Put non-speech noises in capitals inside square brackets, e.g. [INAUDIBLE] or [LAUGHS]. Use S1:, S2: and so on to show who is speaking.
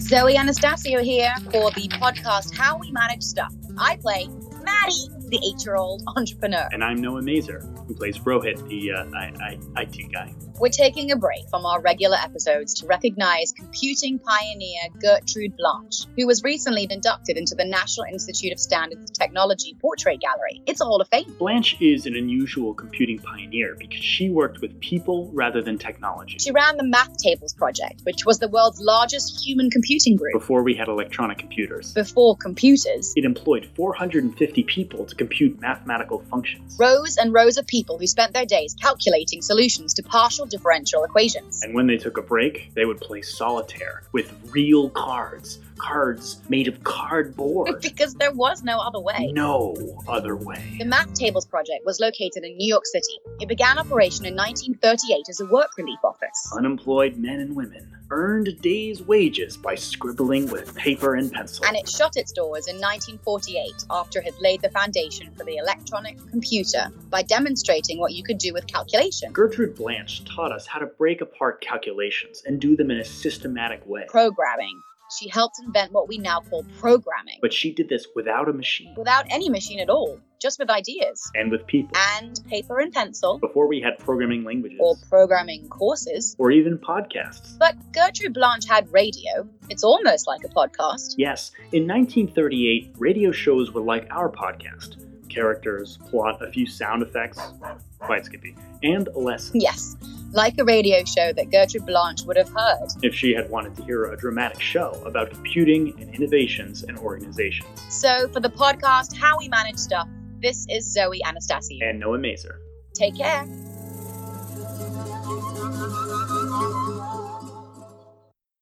S1: Zoe Anastasio here for the podcast How We Manage Stuff. I play Maddie, the eight year old entrepreneur.
S2: And I'm Noah Mazer, who plays Rohit, the uh, I, I, IT guy.
S1: We're taking a break from our regular episodes to recognize computing pioneer Gertrude Blanche, who was recently inducted into the National Institute of Standards and Technology Portrait Gallery. It's a Hall of Fame.
S2: Blanche is an unusual computing pioneer because she worked with people rather than technology.
S1: She ran the Math Tables Project, which was the world's largest human computing group
S2: Before we had electronic computers,
S1: before computers.
S2: it employed 450 people to compute mathematical functions.
S1: Rows and rows of people who spent their days calculating solutions to partial differential equations.
S2: And when they took a break, they would play solitaire with real cards, cards made of cardboard.
S1: [LAUGHS] because there was no other way.
S2: no other way.
S1: The Math Tables Project was located in New York City. It began operation in 1938 as a work relief office.
S2: Unemployed men and women earned a day's wages by scribbling with paper and pencil.
S1: And it shut its doors in 1948 after it had laid the foundation for the electronic computer by demonstrating what you could do with calculation,
S2: Gertrude Blanche taught us how to break apart calculations and do them in a systematic way.
S1: programming. She helped invent what we now call programming
S2: But she did this without a machine
S1: without any machine at all, just with ideas
S2: and with people.
S1: and paper and pencil
S2: Before we had programming languages
S1: or programming courses.
S2: or even podcasts.
S1: But Gertrude Blanche had radio. It's almost like a podcast.
S2: Yes, in 1938, radio shows were like our podcast characters, plot, a few sound effects, quite skippy, and a lesson.
S1: Yes, like a radio show that Gertrude Blanche would have heard.
S2: If she had wanted to hear a dramatic show about computing and innovations and organizations.
S1: So, for the podcast How We Manage Stuff, this is Zoe Anastasio.
S2: And Noah Mazer.
S1: Take care.